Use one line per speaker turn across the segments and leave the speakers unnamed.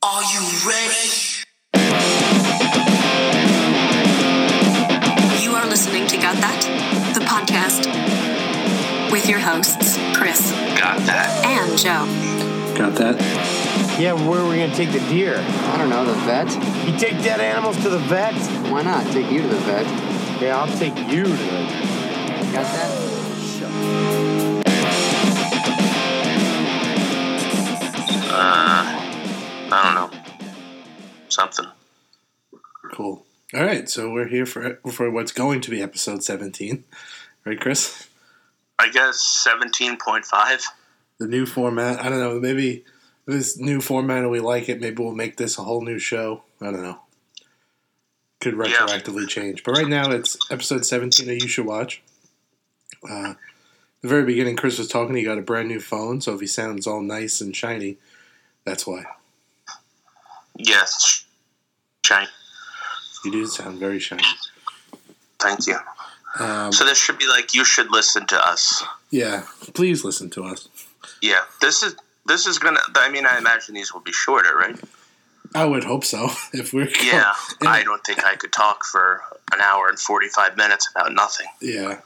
Are you ready?
You are listening to Got That, the podcast with your hosts, Chris
Got that.
and Joe.
Got that?
Yeah, where are we gonna take the deer?
I don't know, the vet?
You take dead animals to the vet?
Why not take you to the vet?
Yeah, I'll take you to the
Got that?
I don't know. Something.
Cool. All right, so we're here for for what's going to be episode 17. Right, Chris?
I guess 17.5.
The new format. I don't know. Maybe this new format, and we like it. Maybe we'll make this a whole new show. I don't know. Could retroactively change. But right now, it's episode 17 that you should watch. Uh, the very beginning, Chris was talking. He got a brand new phone, so if he sounds all nice and shiny, that's why.
Yes. Shane,
You do sound very shiny.
thank you.
Um,
So this should be like you should listen to us.
yeah, please listen to us.
Yeah. This is this is gonna. I mean, I imagine these will be shorter, right?
I would hope so. If we're
Yeah.
Yeah.
I don't think I could talk for an hour and forty five minutes about nothing.
Yeah.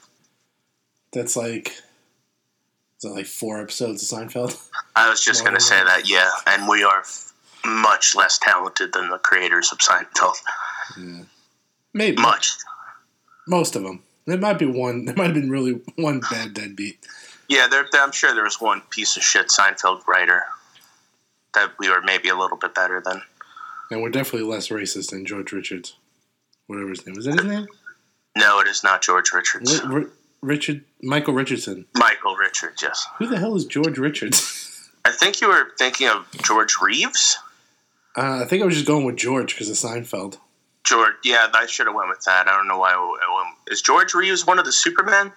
That's like is that like four episodes of Seinfeld?
I was just gonna say that. Yeah. And we are f- much less talented than the creators of Seinfeld.
Maybe
Much.
most of them. There might be one. There might have been really one bad deadbeat.
Yeah, there, I'm sure there was one piece of shit Seinfeld writer that we were maybe a little bit better than.
And we're definitely less racist than George Richards, whatever his name is. That his name?
No, it is not George Richards.
Ri- Ri- Richard Michael Richardson.
Michael Richards, yes.
Who the hell is George Richards?
I think you were thinking of George Reeves.
Uh, I think I was just going with George because of Seinfeld.
George, yeah, I should have went with that. I don't know why. I went- Is George Reeves one of the Superman?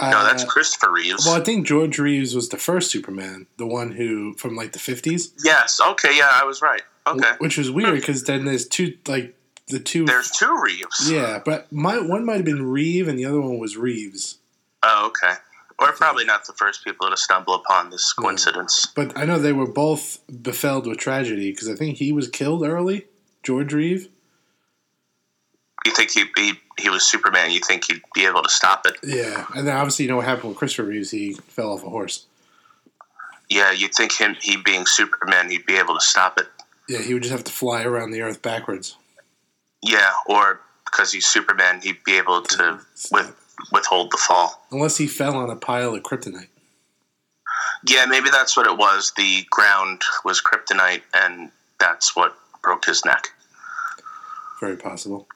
No, that's
Uh,
Christopher Reeves.
well, I think George Reeves was the first Superman, the one who from like the fifties.
Yes. Okay. Yeah, I was right. Okay.
Which was weird because then there's two like the two
There's two Reeves.
Yeah, but my one might have been Reeve and the other one was Reeves.
Oh, okay. We're probably not the first people to stumble upon this
Mm.
coincidence.
But I know they were both befelled with tragedy because I think he was killed early, George Reeve.
You think he he, he was Superman? You think he'd be able to stop it?
Yeah, and then obviously you know what happened with Christopher Reeves? He fell off a horse.
Yeah, you'd think him he being Superman, he'd be able to stop it.
Yeah, he would just have to fly around the earth backwards.
Yeah, or because he's Superman, he'd be able to with, withhold the fall.
Unless he fell on a pile of kryptonite.
Yeah, maybe that's what it was. The ground was kryptonite, and that's what broke his neck.
Very possible.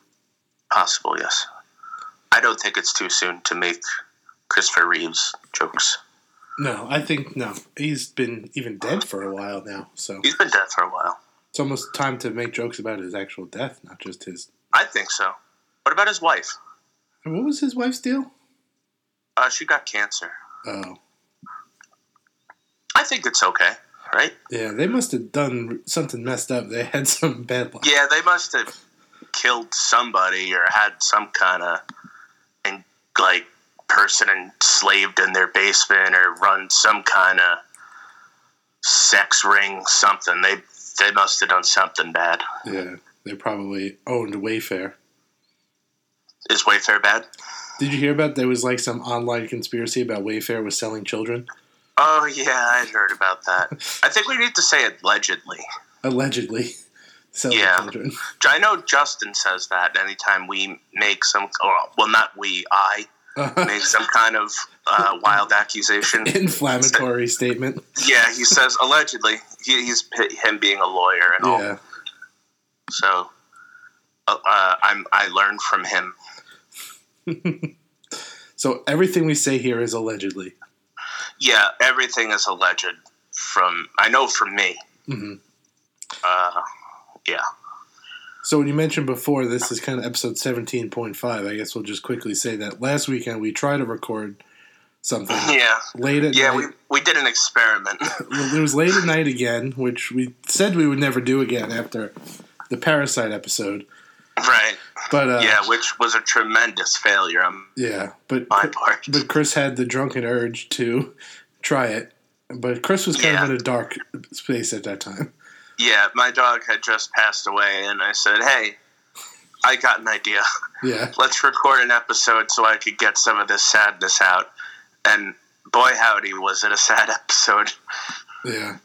Possible, yes. I don't think it's too soon to make Christopher Reeves jokes.
No, I think no. He's been even dead for a while now, so
He's been dead for a while.
it's almost time to make jokes about his actual death, not just his.
I think so. What about his wife?
What was his wife's deal?
Uh, she got cancer.
Oh,
I think it's okay, right?
Yeah, they must have done something messed up. They had some bad luck.
Yeah, they must have killed somebody or had some kind of and like person enslaved in their basement or run some kind of sex ring something. They they must have done something bad.
Yeah, they probably owned Wayfair.
Is Wayfair bad?
Did you hear about there was like some online conspiracy about Wayfair was selling children?
Oh yeah, I heard about that. I think we need to say allegedly.
Allegedly selling
Yeah.
children.
I know Justin says that anytime we make some, or, well, not we, I make some kind of uh, wild accusation.
Inflammatory statement.
Yeah, he says allegedly. He, he's p- him being a lawyer and all.
Yeah.
So uh, uh, I'm I learned from him.
So everything we say here is allegedly.
Yeah, everything is alleged from I know from me.
Mhm.
Uh, yeah,
So when you mentioned before, this is kind of episode seventeen point five. I guess we'll just quickly say that last weekend we tried to record something
yeah,
late at
yeah.
night.
We we did an experiment.
Well, it was late at night again, which we said we would never do again after the Parasite episode.
right.
But uh,
Yeah, which was a tremendous failure Um, on
yeah, but
my part.
but Chris had the drunken urge to try it. But Chris was kind
Yeah.
of in a dark space at that time.
yeah, my dog had just passed away, and I said, hey, I got an idea.
Yeah.
Let's record an episode so I could get some of this sadness out. And boy, howdy, was it a sad episode.
Yeah.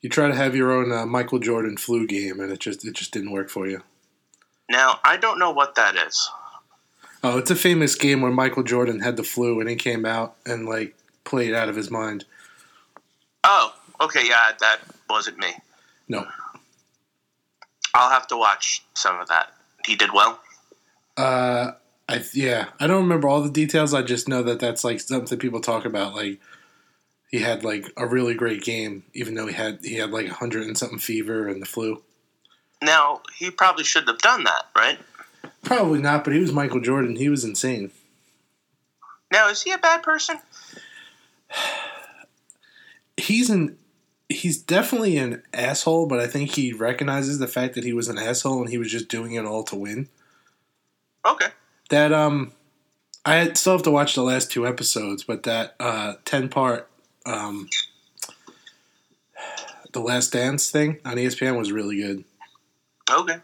You try to have your own uh, Michael Jordan flu game, and it just it just didn't work for you.
Now, I don't know what that is.
Oh, it's a famous game where Michael Jordan had the flu and he came out and like played out of his mind.
Oh, okay, yeah, that wasn't me.
No,
I'll have to watch some of that. He did well.
uh, I yeah, I don't remember all the details. I just know that that's like something people talk about. Like he had like a really great game, even though he had he had like a hundred and something fever and the flu.
Now, he probably shouldn't have done that, right?
Probably not, but he was Michael Jordan. He was insane.
Now, is he a bad person?
he's an he's definitely an asshole, but I think he recognizes the fact that he was an asshole and he was just doing it all to win.
Okay.
That um I had- still have to watch the last two episodes, but that uh 10 part um The Last Dance thing on E ESPN was really good.
Okay.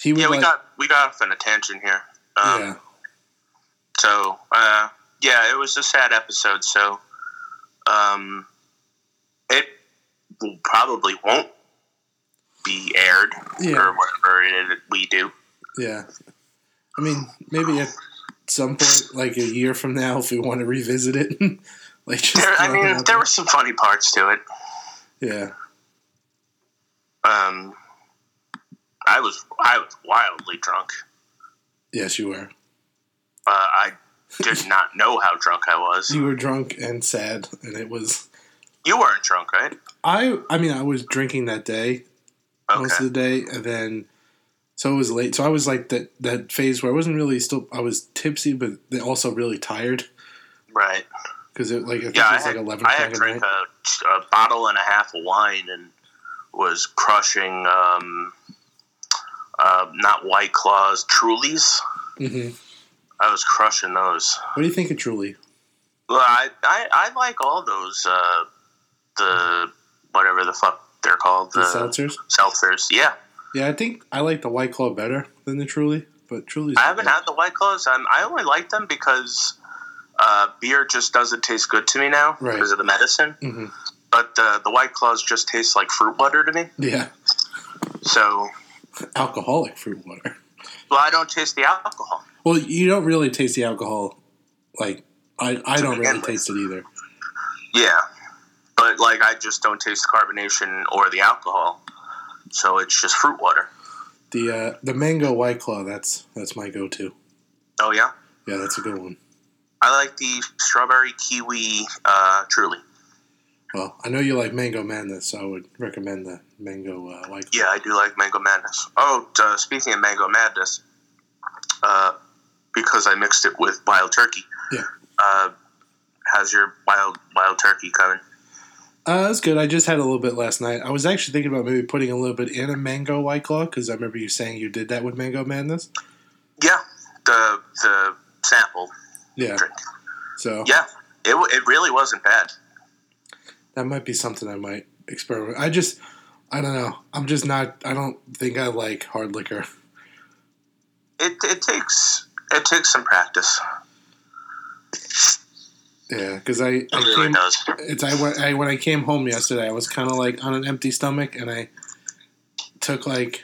He was
Yeah, we
like-
got we got off on a tangent here. Um,
yeah.
So, uh, yeah, it was a sad episode. So, um, it will- probably won't be aired
Yeah.
or whatever it is we do.
Yeah. I mean, maybe at some point like a year from now if we want to revisit it. like just
There, I
throw it
mean,
out
there were some funny parts to it.
Yeah.
Um, I was I was wildly drunk.
Yes, you were.
Uh, I did not know how drunk I was.
You were drunk and sad and it was
You weren't drunk, right?
I I mean I was drinking that day most
Okay.
of the day and then so it was late so I was like that that phase where I wasn't really still I was tipsy but then also really tired
Right.
because it like I think
Yeah,
it
I
was
had,
like eleven
I
o'clock
had
at
drank
night.
a, a bottle and a half of wine and was crushing um, uh, not White Claws, Trulies.
hmm
I was crushing those.
What do you think of Truly?
Well, I, I, I like all those, uh, the whatever the fuck they're called,
The
the
seltzers?
seltzers. Yeah.
Yeah, I think I like the White Claw better than the Truly, but Truly's
I
not
haven't
bad.
had the White Claws. I'm, I only like them because uh, beer just doesn't taste good to me now
Right.
because of the medicine.
Mhm.
But uh, the White Claws just taste like fruit butter to me.
yeah
So,
alcoholic fruit water.
well, I don't taste the alcohol.
Well, you don't really taste the alcohol. Like I I don't
begin
really
with.
taste it either.
Yeah. But, like, I just don't taste the carbonation or the alcohol. So it's just fruit water.
The uh, the mango White Claw that's that's my go to.
Oh, yeah?
Yeah, that's a good one.
I like the strawberry kiwi uh, truly.
Well, I know you like Mango Madness, so I would recommend the Mango uh, White Claw.
Yeah, I do like Mango Madness. Oh, uh, speaking of Mango Madness, uh, because I mixed it with Wild Turkey.
Yeah.
Uh, how's your wild wild turkey coming?
Uh, that's good. I just had a little bit last night. I was actually thinking about maybe putting a little bit in a Mango White Claw because I remember you saying you did that with Mango Madness.
Yeah, the the sample
Yeah.
drink.
So
Yeah, it wa- it really wasn't bad.
that might be something I might experiment. I just, I don't know. I'm just not. I don't think I like hard liquor.
It it takes it takes some practice.
Yeah, because I, I
It really
came-
does.
it's I when, I when I came home yesterday, I was kind of like on an empty stomach, and I took like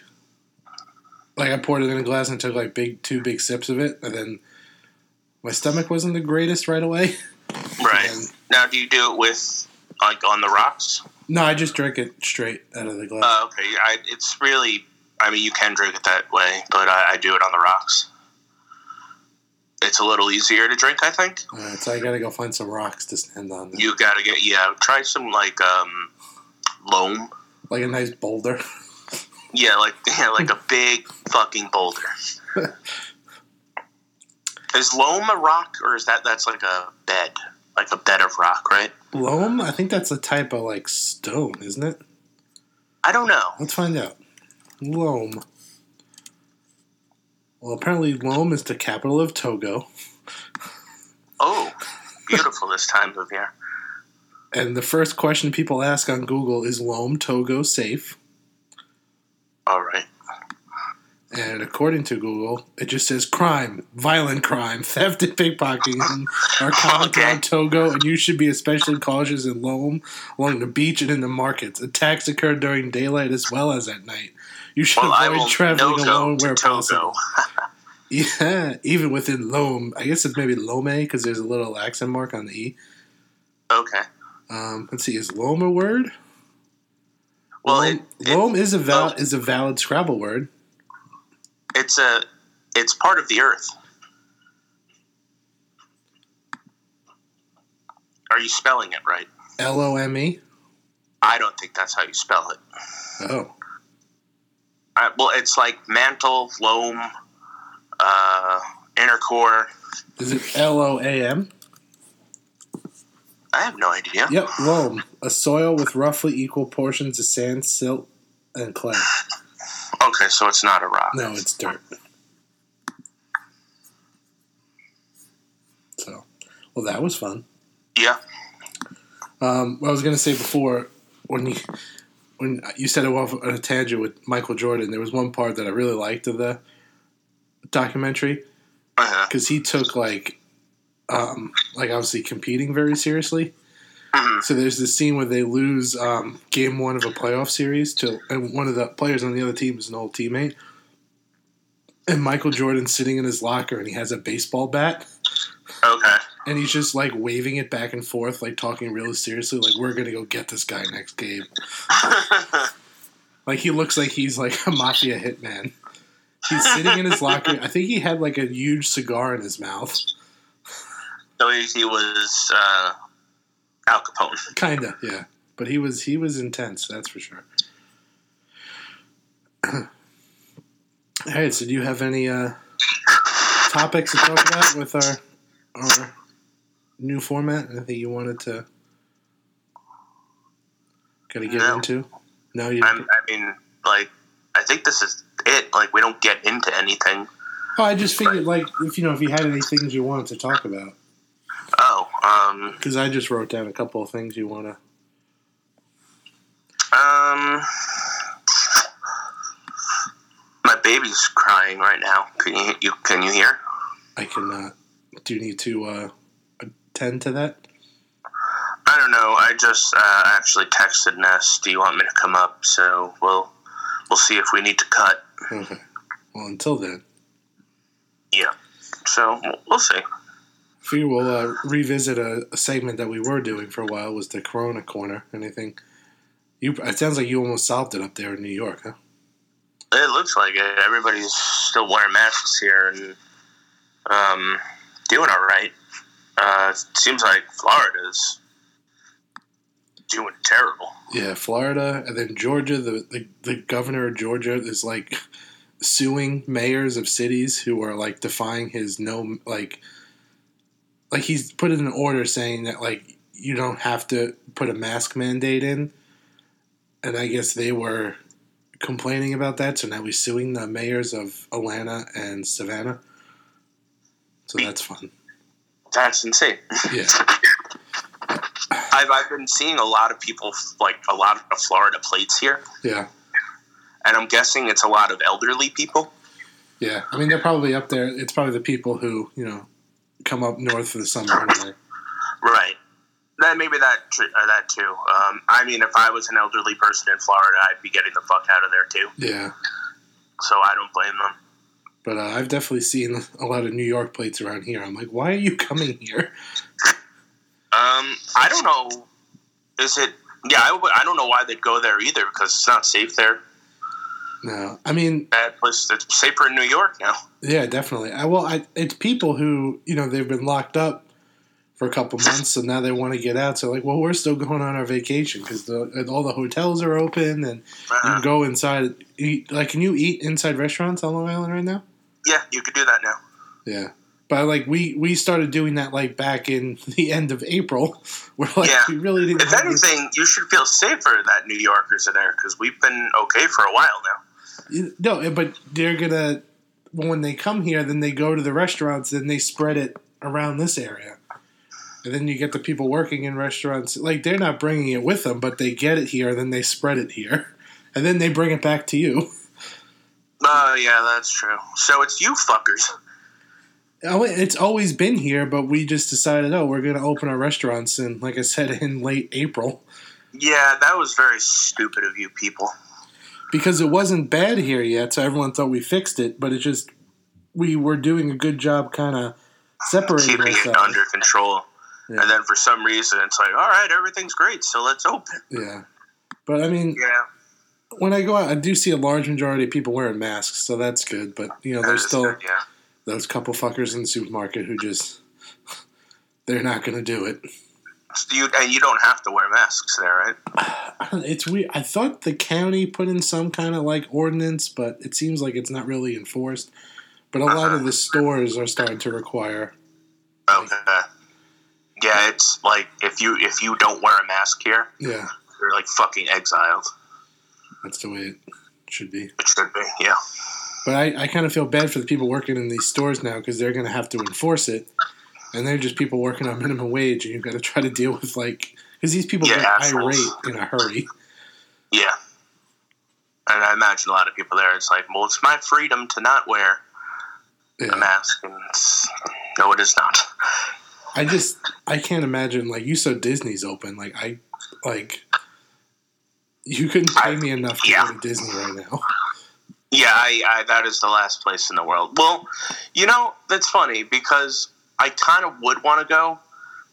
like I poured it in a glass and took like big two big sips of it, and then my stomach wasn't the greatest right away.
Right
And-
now, do you do it with like on the rocks?
no, I just drank it straight out of the glass.
Uh, okay, I, it's really. I mean, you can drink it that way, but I, I do it on the rocks. It's a little easier to drink, I think.
All right, so I gotta go find some rocks to stand on,
Uh, You gotta get yeah. Try some like um, loam.
like a nice boulder.
Yeah, like yeah, like a big fucking boulder. is loam a rock, or is that that's like a bed, like a bed of rock, right?
Loam, I think that's a type of like stone, isn't it?
I don't know.
Let's find out. Loam. Well, apparently Loam is the capital of Togo.
Oh, beautiful this time of year.
And the first question people ask on Google is Loam Togo safe?
All right.
And according to Google, it just says crime, violent crime, theft and pickpocketing are common
Okay.
throughout Togo, and you should be especially cautious in Loam, along the beach, and in the markets. Attacks occur during daylight as well as at night. You should
Well, I
avoid
will
traveling
no go
alone
to
where
Togo.
possible. Yeah, even within Loam. I guess it's maybe Lome because there's a little accent mark on the E.
Okay.
Um, let's see, is Loam a word?
Well,
Loam,
it, it-
Loam is a val-
Loam.
is a valid Scrabble word.
it's a it's part of the Earth. Are you spelling it right?
L O M E.
I don't think that's how you spell it.
Oh,
I, well, it's like mantle, loam, uh, inner core.
is it L O A M?
I have no idea.
Yep, loam, a soil with roughly equal portions of sand, silt, and clay.
Okay, so it's not a rock.
No, it's dirt. So, well, that was fun.
Yeah.
Um, what I was going to say before, when you when you said it off on a tangent with Michael Jordan, there was one part that I really liked of the documentary
Uh-huh.
because he took like um, like obviously competing very seriously.
Mhm.
So there's this scene where they lose um, game one of a playoff series to and one of the players on the other team is an old teammate. And Michael Jordan's sitting in his locker and he has a baseball bat
Okay.
and he's just like waving it back and forth, like talking really seriously, like we're gonna go get this guy next game. Like he looks like he's like a mafia hitman. He's sitting in his locker. I think he had like a huge cigar in his mouth.
so he, he was uh, Al Capone.
Kinda, yeah. But he was he was intense, that's for sure. All right, so do you have any uh, topics to talk about with our our new format? Anything you wanted to gotta get
No.
into? No, you.
I'm, I mean, like, I think this is it. Like, we don't get into anything.
Oh, I just figured like if you know if you had any things you wanted to talk about
Oh, um,
because I just wrote down a couple of things you want to.
um, my baby's crying right now. Can you, you can you hear?
I can. Uh, do you need to uh, attend to that?
I don't know. I just uh, actually texted Ness. Do you want me to come up? So we'll we'll see if we need to cut.
Okay. Well, until then.
Yeah. So we'll- we'll see.
We will uh, revisit a, a segment that we were doing for a while was the Corona Corner. Anything? You? It sounds like you almost solved it up there in New York, huh?
It looks like it. Everybody's still wearing masks here and um, doing all right. Uh, it seems like Florida's doing terrible.
Yeah, Florida, and then Georgia. The, the the governor of Georgia is like suing mayors of cities who are like defying his no like like he's put in an order saying that like you don't have to put a mask mandate in, and I guess they were complaining about that. So now he's suing the mayors of Atlanta and Savannah. So that's fun.
That's insane.
Yeah.
I've, I've been seeing a lot of people, like a lot of Florida plates here,
Yeah.
and I'm guessing it's a lot of elderly people.
Yeah, I mean they're probably up there. It's probably the people who you know come up north for the summer. Anyway.
Right. That maybe that tr- uh, that too. Um, I mean, if I was an elderly person in Florida, I'd be getting the fuck out of there too.
Yeah,
So I don't blame them.
but uh, I've definitely seen a lot of New York plates around here. I'm like, why are you coming here?
Um, I don't know. Is it? Yeah, I, w- I don't know why they'd go there either because it's not safe there.
No, I mean,
That place it's safer in New York now.
yeah, definitely. I well, I, it's people who you know they've been locked up for a couple months, so now they want to get out. So like, well, we're still going on our vacation because all the hotels are open and you can
Uh,
go inside. Eat, like, can you eat inside restaurants on Long Island right now?
yeah, you could do that now.
Yeah. But like we we started doing that like back in the end of April. We're like
Yeah.
we really didn't.
If
have this-
anything, you should feel safer that New Yorkers are there because we've been okay for a while now.
No, eh, but they're gonna when they come here, then they go to the restaurants, then they spread it around this area. And then you get the people working in restaurants. Like, they're not bringing it with them, but they get it here and then they spread it here. And then they bring it back to you.
Oh, yeah, that's true. So it's you fuckers.
Oh, It's always been here, but we just decided, oh, we're going to open our restaurants. And like I said, in late April,
Yeah, that was very stupid of you people.
because it wasn't bad here yet. So everyone thought we fixed it, but it just, we were doing a good job kind of separating
Keeping it
ourselves.
under control.
Yeah.
And then for some reason, it's like, all right, everything's great, so let's open.
Yeah. But I mean,
Yeah,
when I go out, I do see a large majority of people wearing masks, so that's good. But you know,
that
there's
is
still
good, yeah.
those couple fuckers in the supermarket who just they're not going to do it.
So you, and you don't have to wear masks there, right?
It's weird. I thought the county put in some kind of like ordinance, but it seems like it's not really enforced. But a lot
Uh-huh.
of the stores are starting to require.
Okay. Yeah, it's like if you if you don't wear a mask here,
Yeah,
you're like fucking exiled.
that's the way it should be.
It should be, yeah.
But I, I kind of feel bad for the people working in these stores now because they're going to have to enforce it, and they're just people working on minimum wage, and you've got to try to deal with like because these people
Yeah,
get
assholes.
irate in a hurry.
Yeah. And I imagine a lot of people there, it's like, well, it's my freedom to not wear a
Yeah.
mask. And it's, no, it is not.
I just I can't imagine like you saw Disney's open like I like you couldn't pay me enough to
Yeah.
go to Disney right now.
Yeah, I, I, that is the last place in the world. Well, you know, that's funny because I kind of would want to go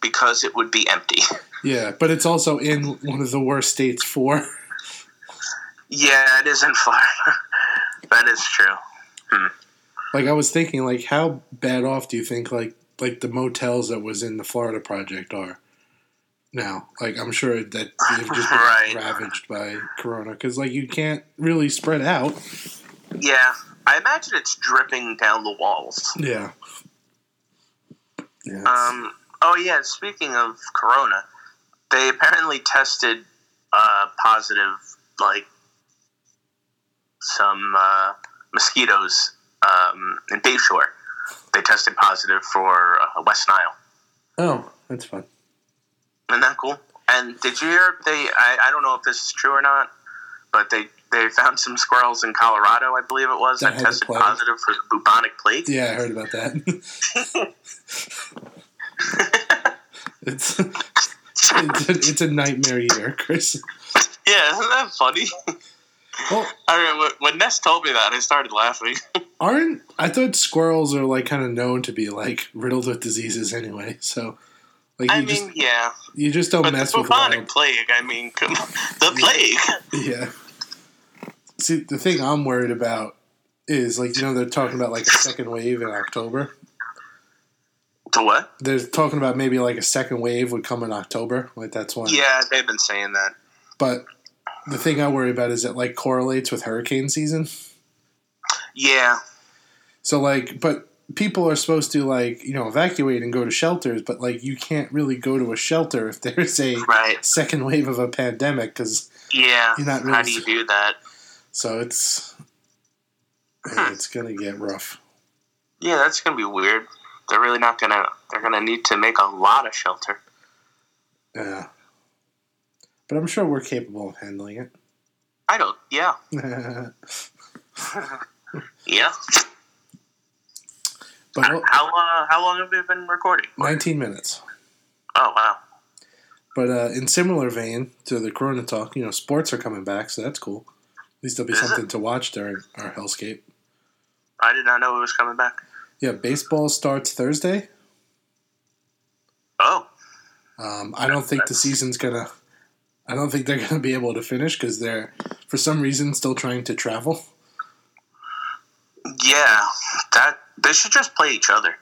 because it would be empty.
Yeah, but it's also in one of the worst states for.
yeah, it is in Florida. that is true.
Like I was thinking, like how bad off do you think like like the motels that was in the Florida project are now? Like I'm sure that they've just been
Right.
ravaged by Corona because like you can't really spread out.
Yeah, I imagine it's dripping down the walls.
Yeah. Yeah. it's-
Um, oh yeah, speaking of Corona, they apparently tested uh, positive like some uh, mosquitoes um, in Bayshore. They tested positive for uh, West Nile.
oh, that's fun.
Isn't that cool? And did you hear? They I, I don't know if this is true or not, but they they found some squirrels in Colorado, I believe it was,
That
that,
had the
tested
plague.
positive for the bubonic plague.
Yeah, I heard about that. it's, it's, a, it's a nightmare year, Chris.
Yeah, isn't that funny?
Well,
I mean, when- when Ness told me that, I started laughing.
aren't I thought squirrels are like kind of known to be like riddled with diseases anyway? So, like you
I mean,
just
yeah,
you just don't
but the
mess with
bubonic
wild.
plague. I mean, come on. the plague.
Yeah. See, the thing I'm worried about is like you know they're talking about like a second wave in October.
To what?
They're talking about maybe like a second wave would come in October. Like that's when
Yeah, they've been saying that.
But the thing I worry about is it like correlates with hurricane season.
Yeah,
So like, but people are supposed to like you know evacuate and go to shelters, but like you can't really go to a shelter if there's a
right.
second wave of a pandemic because
Yeah.
You're not
How
really
do you
s-
do that?
so it's
Hmm.
yeah, it's gonna get rough.
Yeah, that's gonna be weird. They're really not gonna. They're gonna need to make a lot of shelter.
Yeah. But I'm sure we're capable of handling it.
I don't. Yeah.
but
Yeah.
well,
How uh, how long have we been recording?
19 oh, minutes.
Oh wow.
But uh, in similar vein to the Corona talk, you know, sports are coming back, so that's cool. At least there'll be
Is it?
something to watch during our hellscape.
I did not know it was coming back.
Yeah, baseball starts Thursday.
Oh.
Um, I don't think the season's gonna. I don't think they're gonna be able to finish because they're, for some reason, still trying to travel.
Yeah. That they should just play each other.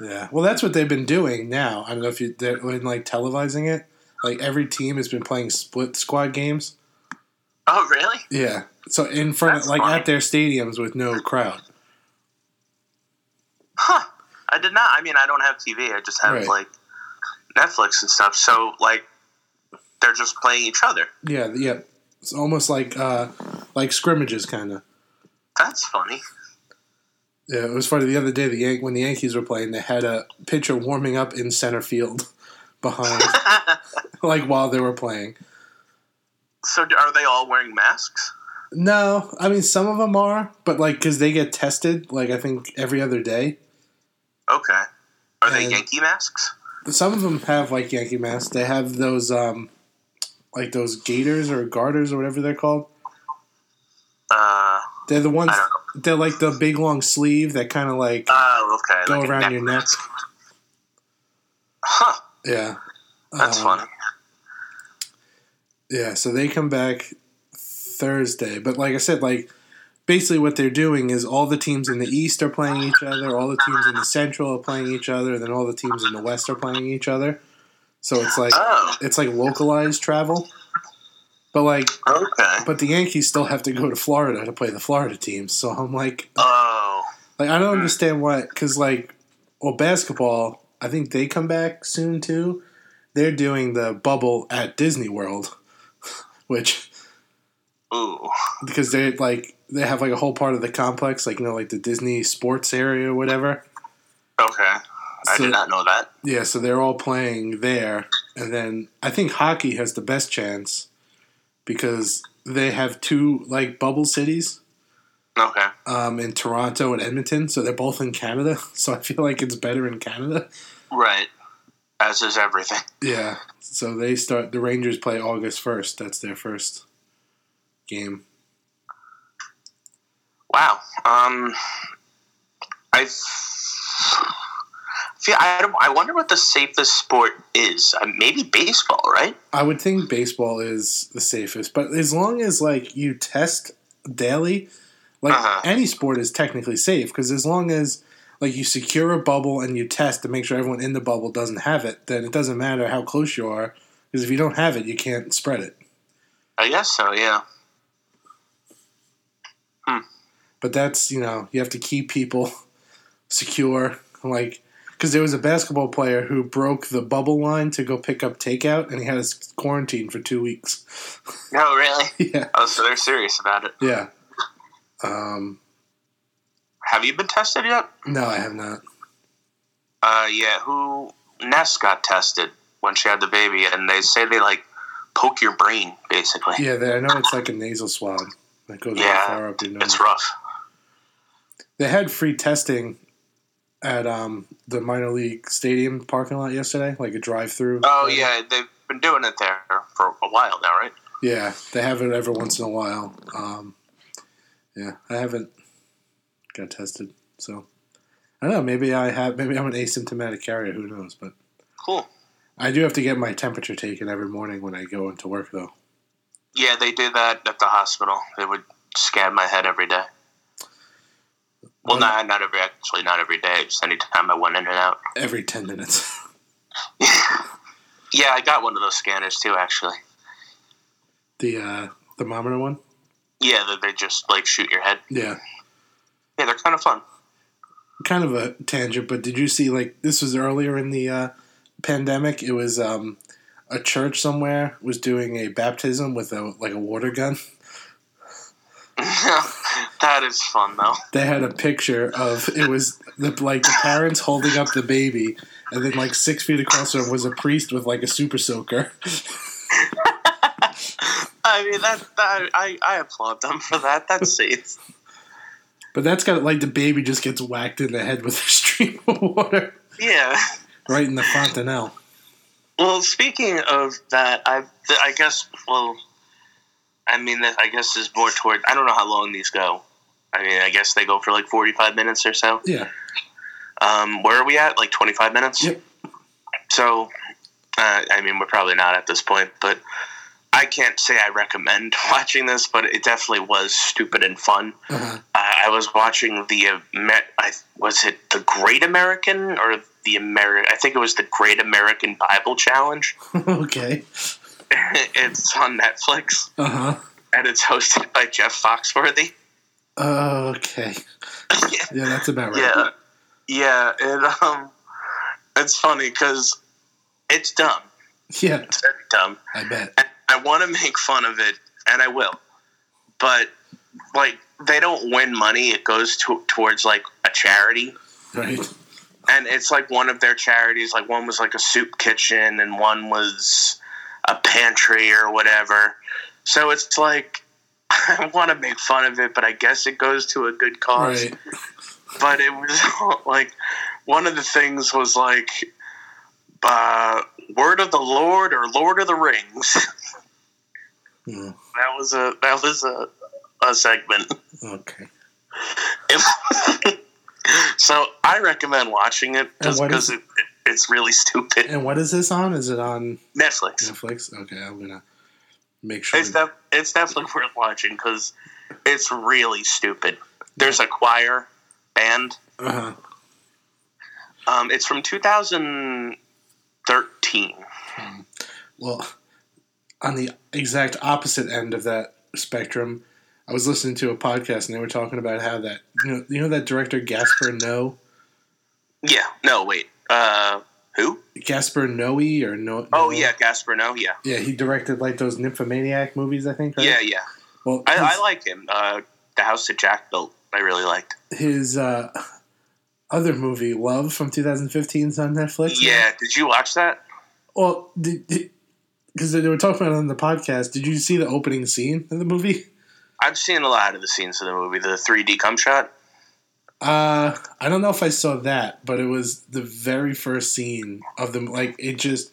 Yeah. Well, that's what they've been doing now. I don't know if you they're when, like televising it. Like every team has been playing split squad games.
Oh really?
Yeah. So in front, of,
That's
like
funny.
at their stadiums with no crowd.
Huh. I did not. I mean, I don't have TV. I just have
Right.
like Netflix and stuff. So like, they're just playing each other.
Yeah. Yeah. It's almost like uh, like scrimmages, kind of.
That's funny.
Yeah, it was funny the other day. The Yan- when the Yankees were playing, they had a pitcher warming up in center field behind, like while they were playing.
So d- are they all wearing masks?
No, I mean some of them are, but like because they get tested, like I think every other day.
Okay. Are they
And-
Yankee masks?
Some of them have like Yankee masks. They have those, um like those gaiters or garters or whatever they're called.
Uh,
They're the ones.
I don't
They're like the big long sleeve that kind of like
oh, okay.
go
like a
around your neck.
mask. Huh.
Yeah,
That's
Um,
funny.
Yeah, so they come back Thursday. But like I said, like basically what they're doing is all the teams in the East are playing each other, all the teams in the Central are playing each other, and then all the teams in the West are playing each other. So it's like
Oh,
it's like localized travel. But like
okay.
but the Yankees still have to go to Florida to play the Florida teams. So I'm like
Oh,
like I don't understand why cuz like well basketball, I think they come back soon too. They're doing the bubble at Disney World, which
ooh.
because they like they have like a whole part of the complex, like you know, like the Disney Sports area or whatever.
Okay. I
So-
did not know that.
Yeah, so they're all playing there, and then I think hockey has the best chance because they have two like bubble cities
Okay.
um, in Toronto and Edmonton, so they're both in Canada. So I feel like it's better in Canada.
Right. As is everything.
Yeah, so they start the Rangers play August first. That's their first game.
Wow. Um, I f- feel I, don't- I wonder what the safest sport is. Uh, maybe baseball, right?
I would think baseball is the safest, but as long as like you test daily, like
Uh-huh.
any sport is technically safe because as long as like you secure a bubble and you test to make sure everyone in the bubble doesn't have it, then it doesn't matter how close you are because if you don't have it, you can't spread it.
I guess so. Yeah.
But that's you know you have to keep people secure, like because there was a basketball player who broke the bubble line to go pick up takeout and he had us quarantined for two weeks.
No, really.
yeah,
Oh, so they're serious about it.
yeah. Um,
Have you been tested yet?
No, I have not.
Uh, yeah. Who Ness got tested when she had the baby, and they say they like poke your brain basically.
Yeah, they, I know it's like a nasal swab that goes
Yeah,
really far up your nose.
It's rough.
They had free testing at um, the minor league stadium parking lot yesterday, like a drive-through.
Oh yeah, they've been doing it there for a while now, right?
Yeah, they have it every once in a while. Um, yeah, I haven't got tested, so I don't know. Maybe I have. Maybe I'm an asymptomatic carrier. Who knows? But
Cool.
I do have to get my temperature taken every morning when I go into work, though.
Yeah, they did that at the hospital. They would scan my head every day. Well,
Wow.
not not every actually not every day. Just any time I went in and out.
Every ten minutes.
Yeah, I got one of those scanners too, actually.
the uh, thermometer one.
Yeah, that they just like shoot your head.
Yeah.
Yeah, they're kind of fun.
kind of a tangent, but did you see like this was earlier in the uh, pandemic? It was um, a church somewhere was doing a baptism with a like a water gun.
that is fun though.
They had a picture of it was the, like the parents holding up the baby, and then like six feet across from was a priest with like a super soaker.
I mean, that, that I I applaud them for that. That's safe.
But that's got like the baby just gets whacked in the head with a stream of water
Yeah.
right in the fontanelle.
Well, speaking of that, I th- I guess well, I mean that I guess is more toward I don't know how long these go. I mean, I guess they go for like forty five minutes or so.
Yeah,
Um, where are we at? Like twenty five minutes.
Yep.
So, uh, I mean, we're probably not at this point, but I can't say I recommend watching this, but it definitely was stupid and fun.
uh-huh.
I I was watching the Amer- I, was it the Great American or the American? I think it was the Great American Bible Challenge.
okay,
it's on Netflix
uh huh,
and it's hosted by Jeff Foxworthy.
okay. Yeah, that's about right.
Yeah, yeah, and um, it's funny because it's dumb.
yeah
It's very dumb.
I bet.
And I want to make fun of it, and I will. But like, they don't win money. It goes to, towards like a charity,
right?
and it's like one of their charities. Like one was like a soup kitchen, and one was a pantry or whatever. So it's like I want to make fun of it, but I guess it goes to a good cause.
Right.
But it was like one of the things was like uh, "Word of the Lord" or "Lord of the Rings."
Mm,
That was a that was a a segment.
okay.
so I recommend watching it just
what
because
is-
it, it, it's really stupid.
And what is this on? Is it on
Netflix.
Netflix? Okay, I'm gonna make sure.
It's def- it's definitely worth watching because it's really stupid. There's a choir band.
uh-huh.
Um, it's from 2013.
Well, on the exact opposite end of that spectrum, I was listening to a podcast and they were talking about how that you know you know that director Gaspar No
Yeah. No, wait. Uh, who?
Gaspar Noe or No?
Oh
Noe?
yeah, Gaspar Noe. Yeah.
yeah. He directed like those Nymphomaniac movies, I think. Right?
Yeah, yeah.
Well, his,
I, I like him. Uh, the House that Jack built. I really liked.
his uh, other movie Love from 2015 is on Netflix.
Yeah. Did you watch that?
Well, because they were talking about it on the podcast, did you see the opening scene of the movie?
I've seen a lot of the scenes of the movie. The 3D cum shot.
Uh, I don't know if I saw that, but it was the very first scene of them. Like it just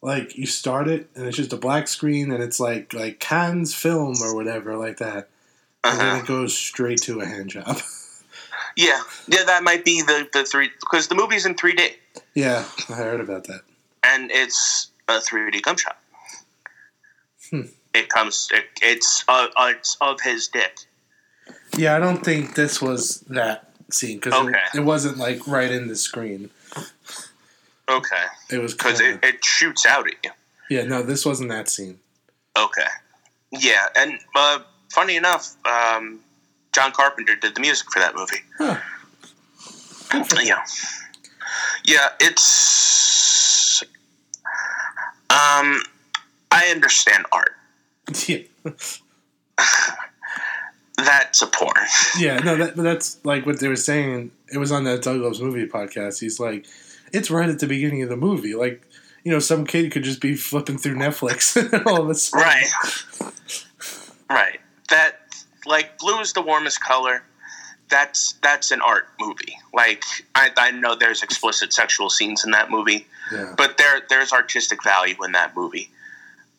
like you start it, and it's just a black screen, and it's like like Cannes film or whatever like that, and
Uh-huh.
then it goes straight to a hand job.
Yeah, yeah, that might be the the three because the movie's in 3D
yeah, I heard about that.
and it's a 3D cum shot.
Hmm.
It comes. It, it's uh, uh, it's of his dick.
Yeah, I don't think this was that scene because
Okay.
it, it wasn't like right in the screen.
Okay,
It was
because
kinda-
it, it shoots out at you.
yeah, no, this wasn't that scene.
Okay, yeah, and uh, funny enough, um, John Carpenter did the music for that movie.
Huh.
Yeah, yeah, it's um, I understand art.
Yeah.
That's a porn.
Yeah, no, that, but that's like what they were saying. It was on that Doug Loves Movie podcast. He's like, it's right at the beginning of the movie. Like, you know, some kid could just be flipping through Netflix and all of a sudden.
Right. Right. That like blue is the warmest color. That's that's an art movie. Like I, I know there's explicit sexual scenes in that movie,
Yeah.
but there there's artistic value in that movie.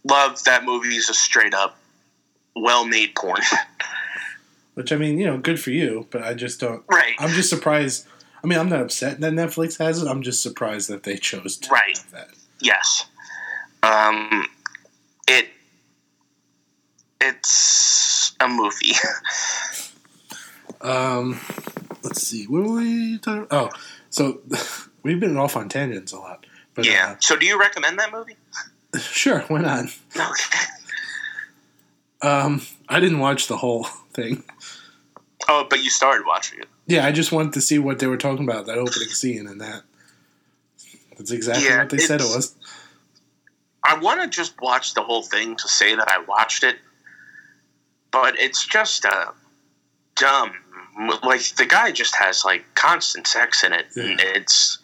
Love that movie is a straight up well made porn.
Which, I mean, you know, good for you, but I just don't.
right.
I'm just surprised. I mean, I'm not upset that Netflix has it. I'm just surprised that they chose to
Right.
have that.
Yes. Um it it's a movie.
Um, let's see. What were we talking Oh, so we've been off on tangents a lot. But,
yeah. So do you recommend that movie?
Uh, sure, why not?
Okay.
Um, I didn't watch the whole thing.
Oh, but you started watching it.
Yeah, I just wanted to see what they were talking about that opening scene and that. That's exactly
Yeah,
what they said it
it's-
was.
I want to just watch the whole thing to say that I watched it, but it's just a dumb. Like the guy just has like constant sex in it, and
Yeah.
it's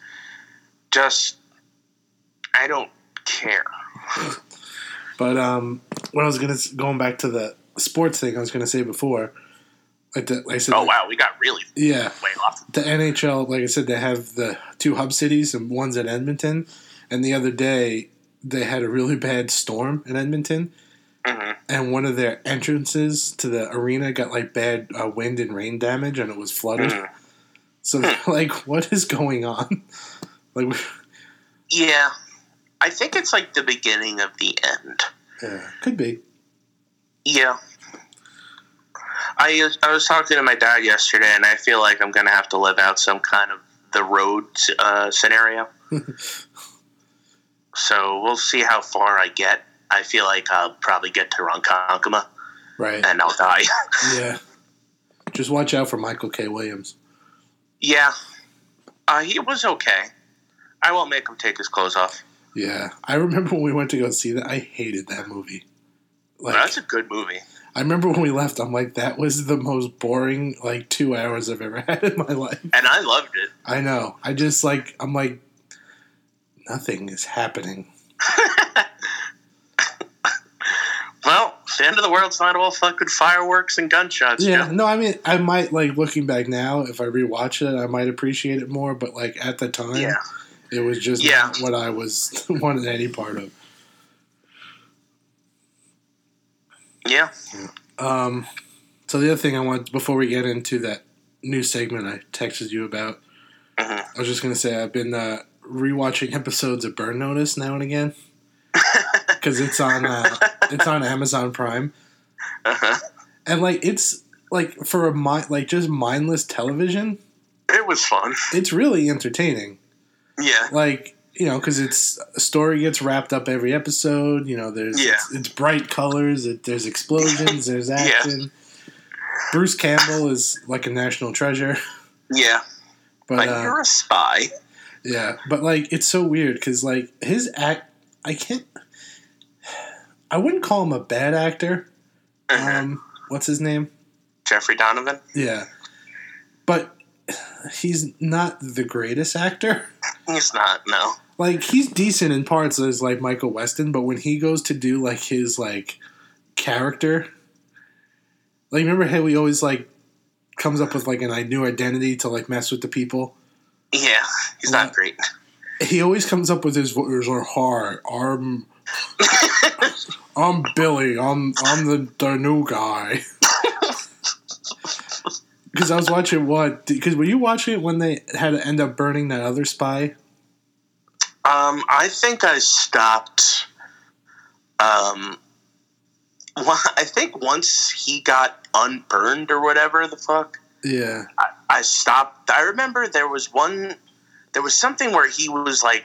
just I don't care.
But um, when I was gonna s- going back to the sports thing, I was gonna say before, like the, like I said,
Oh wow, we got really
yeah,
way off.
the NHL. Like I said, they have the two hub cities, and one's in Edmonton. And the other day, they had a really bad storm in Edmonton,
Mhm.
and one of their entrances to the arena got like bad uh, wind and rain damage, and it was flooded.
Mhm.
So, they're like, what is going on? Like,
Yeah, I think it's like the beginning of the end.
Yeah, could be.
Yeah. I, I was talking to my dad yesterday, and I feel like I'm going to have to live out some kind of the road uh, scenario. so we'll see how far I get. I feel like I'll probably get to Ronkonkoma,
Right.
and I'll die.
Yeah. Just watch out for Michael K. Williams.
yeah. Uh, he was okay. I won't make him take his clothes off.
Yeah, I remember when we went to go see that. I hated that movie. Like
That's a good movie.
I I remember when we left, I'm like, that was the most boring like two hours I've ever had in my life.
and I loved it.
I know. I just like I'm like nothing is happening.
Well, the end of the world's not all fucking fireworks and gunshots.
Yeah.
Joe.
No, I mean I might like looking back now, if I rewatch it, I might appreciate it more, but like at the time
Yeah.
it was just
Yeah.
not what I was wanted any part of.
yeah.
Um, so the other thing I want before we get into that new segment I texted you about,
Mhm.
I was just gonna say I've been uh, rewatching episodes of Burn Notice now and again because it's on uh, it's on Amazon Prime,
Uh-huh.
and like it's like for a mi- like just mindless television,
It was fun.
it's really entertaining.
Yeah.
like you know because it's a story gets wrapped up every episode you know there's
Yeah.
it's, it's bright colors it, there's explosions there's action bruce campbell is like a national treasure
Yeah.
but
Like,
uh,
you're a spy.
yeah but like it's so weird because like his act i can't i wouldn't call him a bad actor
Uh-huh.
um what's his name
Jeffrey Donovan.
yeah but he's not the greatest actor
He's not. No.
like he's decent in parts as like Michael Weston, but when he goes to do like his like character, like remember how he always like comes up with like an I new identity to like mess with the people.
Yeah. He's
Well-
not great.
He always comes up with his voice or hard arm. I'm Billy. I'm I'm the, the new guy. Because I was watching what? Because were you watching it when they had to end up burning that other spy?
Um, I think I stopped. Um, well, I think once he got unburned or whatever the fuck,
Yeah,
I stopped. I remember there was one, there was something where he was like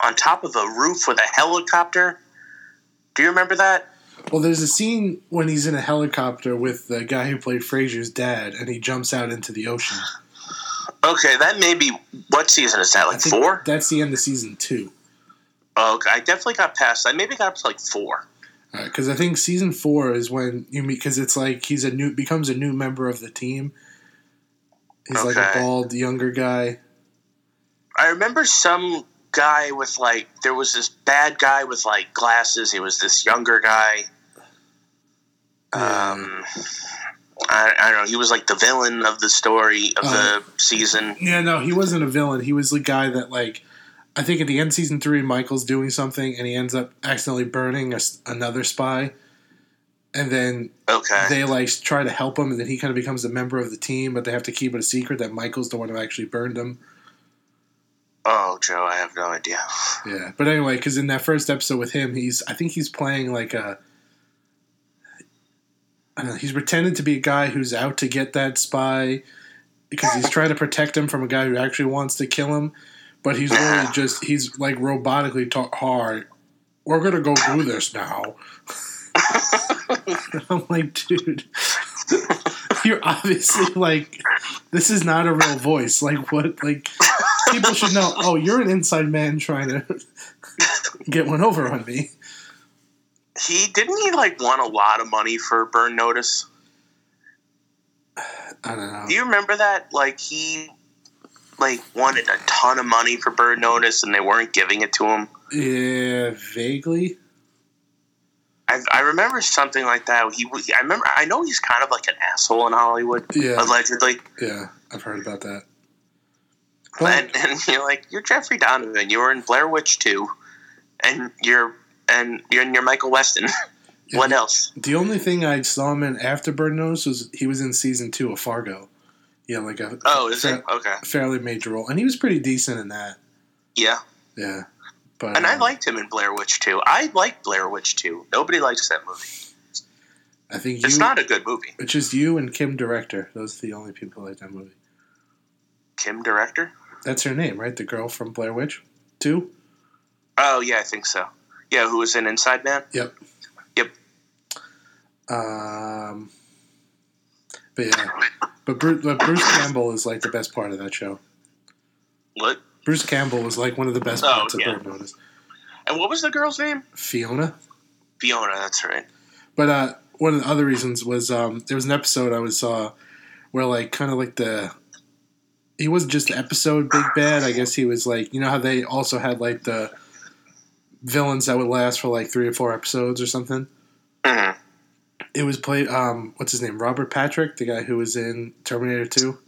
on top of a roof with a helicopter. Do you remember that?
Well, there's a scene when he's in a helicopter with the guy who played Frasier's dad, and he jumps out into the ocean.
Okay, that may be what season is that?
I
Like
think
four?
That's the end of season two.
Oh, okay, I definitely got past. I maybe got up to like four.
Because Uh, I think season four is when you meet. Because it's like he's a new becomes a new member of the team. He's like a
Okay.
bald younger guy.
I remember some guy with like there was this bad guy with like glasses. He was this younger guy. Um, I, I don't know. He was like the villain of the story of the season.
Yeah, no, he wasn't a villain. He was the guy that like. I think at the end of season three, Michael's doing something, and he ends up accidentally burning a s another spy. And then
Okay.
they like try to help him, and then he kind of becomes a member of the team, but they have to keep it a secret that Michael's the one who actually burned him.
oh, Joe, I have no idea.
Yeah, but anyway, because in that first episode with him, he's I think he's playing like a. I don't know. He's pretending to be a guy who's out to get that spy because he's trying to protect him from a guy who actually wants to kill him, but he's really just he's like robotically talk hard. We're gonna go do this now. I'm like, dude, you're obviously like, this is not a real voice. Like, what? Like, people should know. Oh, you're an inside man trying to get one over on me.
He didn't he like want a lot of money for burn notice.
I don't know.
Do you remember that? Like he like wanted a ton of money for burn notice, and they weren't giving it to him.
Yeah, vaguely.
I, I remember something like that. He, w- I remember. I know he's kind of like an asshole in Hollywood,
Yeah,
allegedly.
yeah. I've heard about that.
And, and you're like, you're Jeffrey Donovan. You were in Blair Witch too, and you're and you're and you're Michael Weston. what
Yeah.
else?
The only thing I saw him in after Bird Notice was he was in season two of Fargo. Yeah, like a
Oh, is it
fa-
okay?
fairly major role, and he was pretty decent in that.
Yeah,
Yeah, but
and I
um,
liked him in Blair Witch too. I like Blair Witch too. Nobody likes that movie.
I think you,
It's not a good movie.
it's just you and Kim director. Those are the only people who like that movie.
Kim director.
That's her name, right? The girl from Blair Witch, two.
Oh yeah, I think so. Yeah, who was in Inside Man?
Yep.
Yep.
Um, but yeah, but Bruce, but Bruce Campbell is like the best part of that show.
What?
Bruce Campbell was like one of the best
Oh,
parts
yeah.
of Bird Notice.
And what was the girl's name?
Fiona,
Fiona. That's right.
but uh, one of the other reasons was um, there was an episode I was uh, where like kind of like the he wasn't just the episode Big Bad. I guess he was like you know how they also had like the villains that would last for like three or four episodes or something.
Mhm.
It was played um, what's his name Robert Patrick, the guy who was in Terminator Two.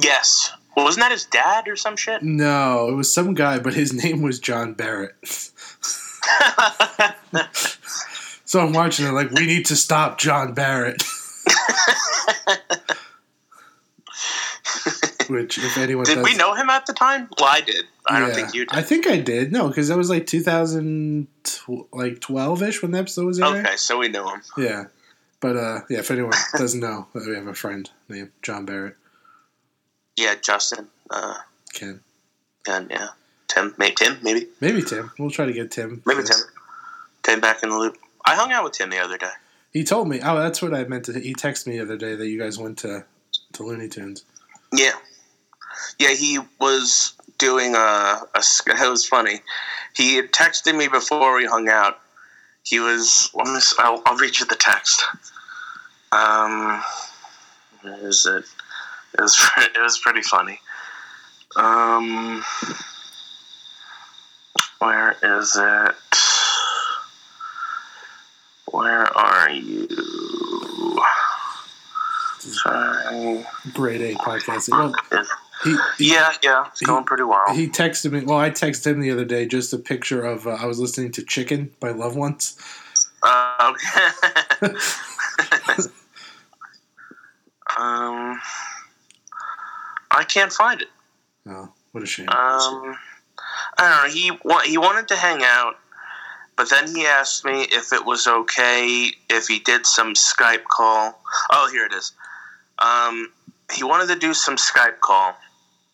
Yes. Well, wasn't that his dad or some shit?
No, it was some guy, but his name was John Barrett. so I'm watching it like we need to stop John Barrett. Which, if anyone
Did
does,
we know him at the time? Well, I did.
Yeah.
I don't think you did.
I think I did. No, because that was like 2000, like 12 ish when the episode was airing.
okay, so we know him.
Yeah, but uh, yeah, if anyone doesn't know, we have a friend named John Barrett.
Yeah, Justin. Uh,
Ken,
and yeah, Tim. Maybe Tim. Maybe.
maybe Tim. We'll try to get Tim.
Maybe
for this.
Tim. Tim back in the loop. I hung out with Tim the other day.
He told me. Oh, that's what I meant to. He texted me the other day that you guys went to to Looney Tunes.
Yeah. Yeah, he was doing a, a s- It was funny. He had texted me before we hung out. He was. Let me, s- I'll, I'll read you the text. Um, where is it? It was. pre- It was pretty funny. Um, where is it? Where are you? Sorry.
Grade A podcast. Well, he, he,
Yeah, yeah, it's
He-
going pretty well.
he texted me. Well, I texted him the other day just a picture of. Uh, I was listening to Chicken by Love Once.
Uh, okay. um, I can't find it.
Oh, what a shame.
Um, I don't know. He wa- he wanted to hang out, but then he asked me if it was okay if he did some Skype call. Oh, here it is. Um, he wanted to do some Skype call,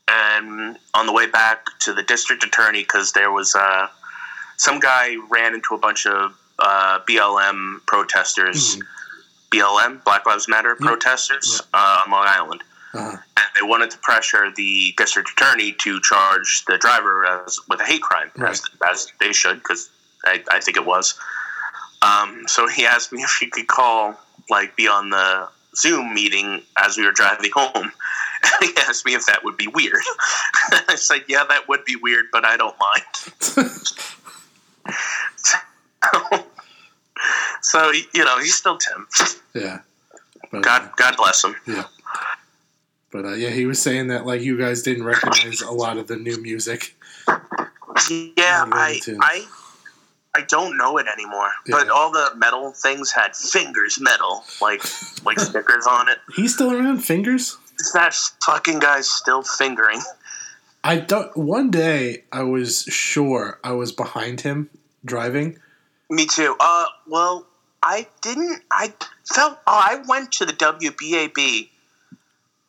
and on the way back to the district attorney because there was uh, some guy ran into a bunch of uh, BLM protesters. BLM, Black Lives Matter
Hmm. Yeah.
protesters Uh, on Long Island
Uh,
and they wanted to pressure the district attorney to charge the driver as with a hate crime,
Right.
as, as they should, because I, I think it was. Um, so he asked me if he could call, like, be on the Zoom meeting as we were driving home. And he asked me if that would be weird. I said, "Yeah, that would be weird, but I don't mind." so, so you know, he's still Tim.
yeah. But, uh,
God, God bless him.
yeah. But uh, yeah, he was saying that like you guys didn't recognize a lot of the new music.
Yeah,
Not
I,
Looney Tunes.
I I don't know it anymore. But
Yeah.
all the metal things had fingers metal, like like stickers on it.
He's still around. Fingers.
Is that fucking guy's still fingering?
I don't. One day I was sure I was behind him driving.
Me too. Uh, well, I didn't. I felt oh, I went to the WBAB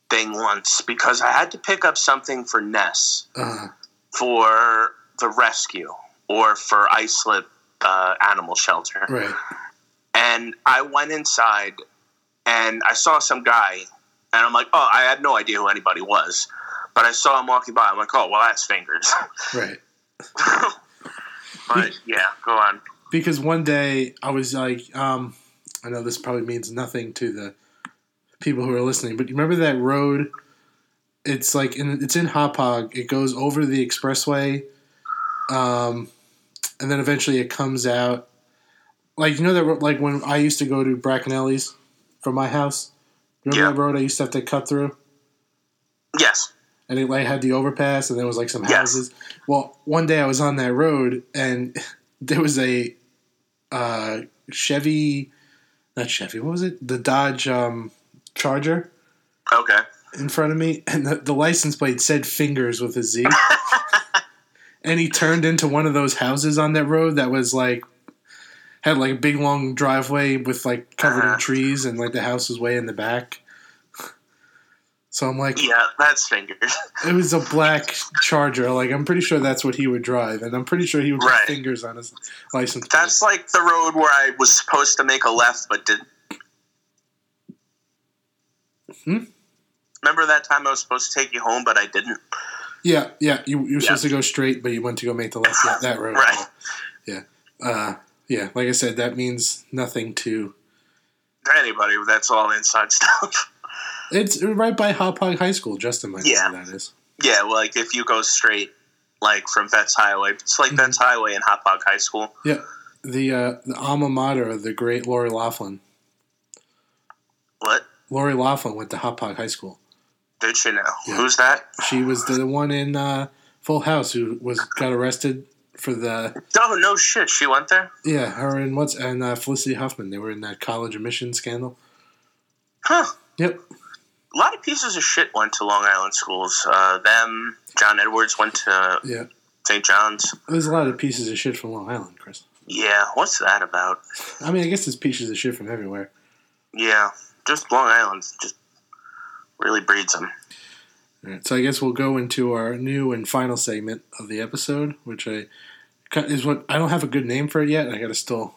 thing once because I had to pick up something for Ness
Uh,
for the rescue or for Islip uh, Animal Shelter.
right.
and I went inside and I saw some guy and I'm like, oh, I had no idea who anybody was, but I saw him walking by. I'm like, oh, well, that's fingers.
Right.
but yeah, go on.
because one day I was like, um, I know this probably means nothing to the people who are listening, but you remember that road? It's like in, it's in Hopog. It goes over the expressway, um, and then eventually it comes out. Like you know that ro- like when I used to go to Brackenelli's from my house. Remember
Yeah.
that road I used to have to cut through,
Yes.
and it like had the overpass, and there was like some
Yes.
houses. Well, one day I was on that road, and there was a uh, Chevy, not Chevy, what was it? The Dodge um, Charger
Okay.
in front of me, and the, the license plate said fingers with a Z. and he turned into one of those houses on that road that was like, had like a big long driveway with like covered in
Uh-huh.
trees, and like the house was way in the back. So I'm like,
Yeah, that's fingers.
it was a black Charger. Like I'm pretty sure that's what he would drive, and I'm pretty sure he would put
Right.
fingers on his license plate.
That's like the road where I was supposed to make a left but didn't.
Hmm?
Remember that time I was supposed to take you home but I didn't?
Yeah, yeah. You, you were
Yeah.
supposed to go straight, but you went to go make the left yeah, that road.
Right.
Uh, yeah, like I said, that means nothing to
anybody. That's all inside stuff.
It's right by Hop Hog High School. Justin might
Yeah.
know where that is.
yeah, well, like if you go straight, like from Vets Highway, it's
Mm-hmm.
like Vets Highway and Hop Hog High School.
Yeah, the uh, the alma mater of the great Lori Laughlin.
What?
Lori Laughlin went to Hop Hog High School.
Did you know
Yeah.
who's that?
She was the one in uh, Full House who was got arrested for the
Oh no, shit, she went there.
yeah her and what's and uh, Felicity Huffman. They were in that college admission scandal.
Huh.
Yep.
A lot of pieces of shit went to Long Island schools. Uh, them, John Edwards went to
Yeah.
St. John's.
There's a lot of pieces of shit from Long Island, Chris.
Yeah, what's that about?
I mean, I guess there's pieces of shit from everywhere.
Yeah, just Long Island just really breeds them.
All right, so I guess we'll go into our new and final segment of the episode, which I cut- is what I don't have a good name for it yet. and I got to still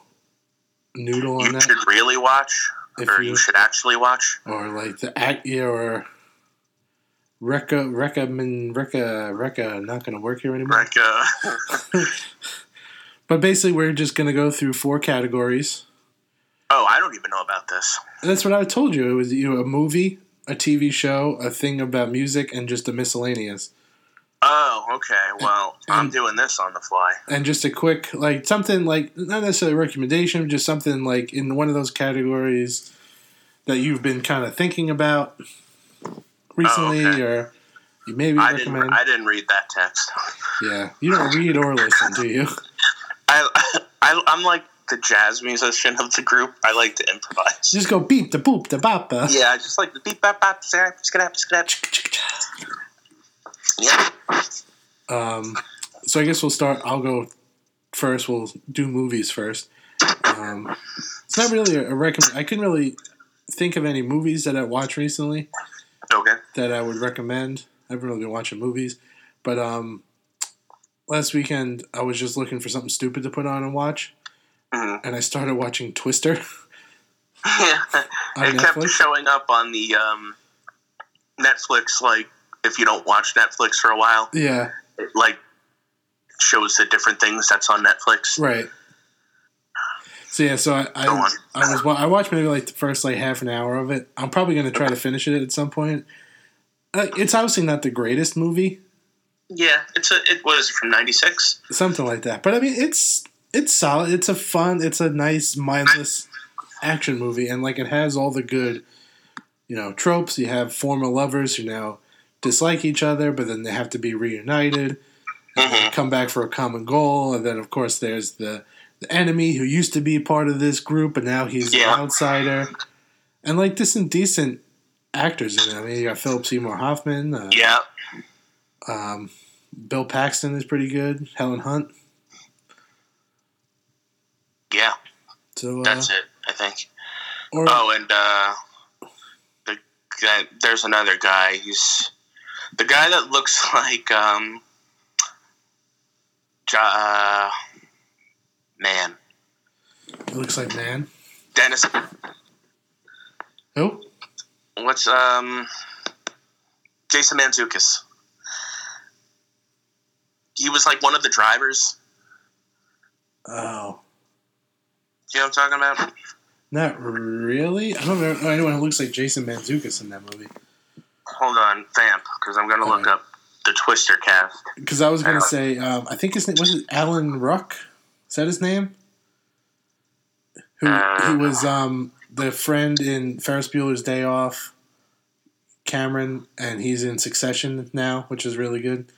noodle on
You
that,
should really watch,
If
or
you-
you, should actually watch.
or like the act, yeah, or Recca, Recca, Min, Recca, Recca, not going to work here anymore.
Like, uh,
But basically, we're just going to go through four categories.
oh, I don't even know about this.
And that's what I told you. It was you know, a movie, a TV show, a thing about music, and just a miscellaneous.
Oh, okay. Well, I'm
and-
doing this on the fly.
and just a quick like something like not necessarily a recommendation just something like in one of those categories that you've been kind of thinking about recently
Oh, okay.
or you maybe
I didn't.
recommend
I didn't read that text.
yeah you don't read or listen do you
I, I I'm like the jazz musician of the group. I like to improvise.
just go beep the boop the bop the
yeah, I just like the beep, bap, bap, snap, snap, snap. Yeah.
um, so i guess we'll start i'll go first we'll do movies first um, it's not really a, a recommend i couldn't really think of any movies that i watched recently
Okay.
that I would recommend. I haven't really been watching movies, but um, last weekend I was just looking for something stupid to put on and watch,
Mhm.
and I started watching Twister
Yeah.
on
it kept
Netflix.
showing up on the um, Netflix. Like, if you don't watch Netflix for a while,
yeah,
it like shows the different things that's on Netflix.
right. So yeah, so I
Go on.
I, I was wa- I watched maybe like the first like half an hour of it. I'm probably gonna try to finish it at some point. Uh, it's obviously not the greatest movie,
Yeah, it's a. It was from '96.
something like that. But I mean, it's it's solid. It's a fun. It's a nice mindless action movie, and like it has all the good, you know, tropes. You have former lovers who now dislike each other, but then they have to be reunited, and
Mm-hmm.
they come back for a common goal, and then of course there's the the enemy who used to be part of this group, but now he's
Yeah.
an outsider, and like there's some decent actors in it. I mean, you got Philip Seymour Hoffman. Uh,
Yeah.
um, Bill Paxton is pretty good. Helen Hunt.
Yeah.
So uh,
That's it. I think.
Or,
Oh, and uh, the guy, there's another guy. He's the guy that looks like um, Jo- uh, man,
it looks like man.
Dennis.
Who?
What's um, Jason Manzukis? He was like one of the drivers.
Oh,
You know what I'm talking about?
not really. I don't know know anyone who looks like Jason Manzukis in that movie.
Hold on, vamp, because I'm gonna look
Alright.
up the Twister cast.
Because I was gonna
Alan.
say, um, I think his name was it Alan Ruck. Is that his name? Who
Uh.
he was um, the friend in Ferris Bueller's Day Off. Cameron, and he's in Succession now, which is really good.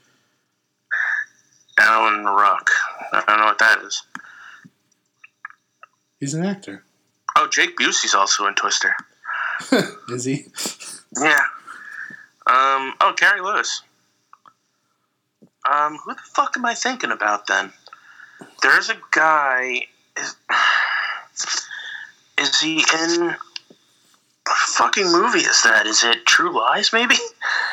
Alan Ruck. I don't know what that is.
He's an actor,
Oh, Jake Busey's also in Twister.
is he?
Yeah. Um. Oh, Gary Lewis. Um. Who the fuck am I thinking about then? There's a guy. Is, is he in? What fucking movie is that? Is it True Lies? Maybe.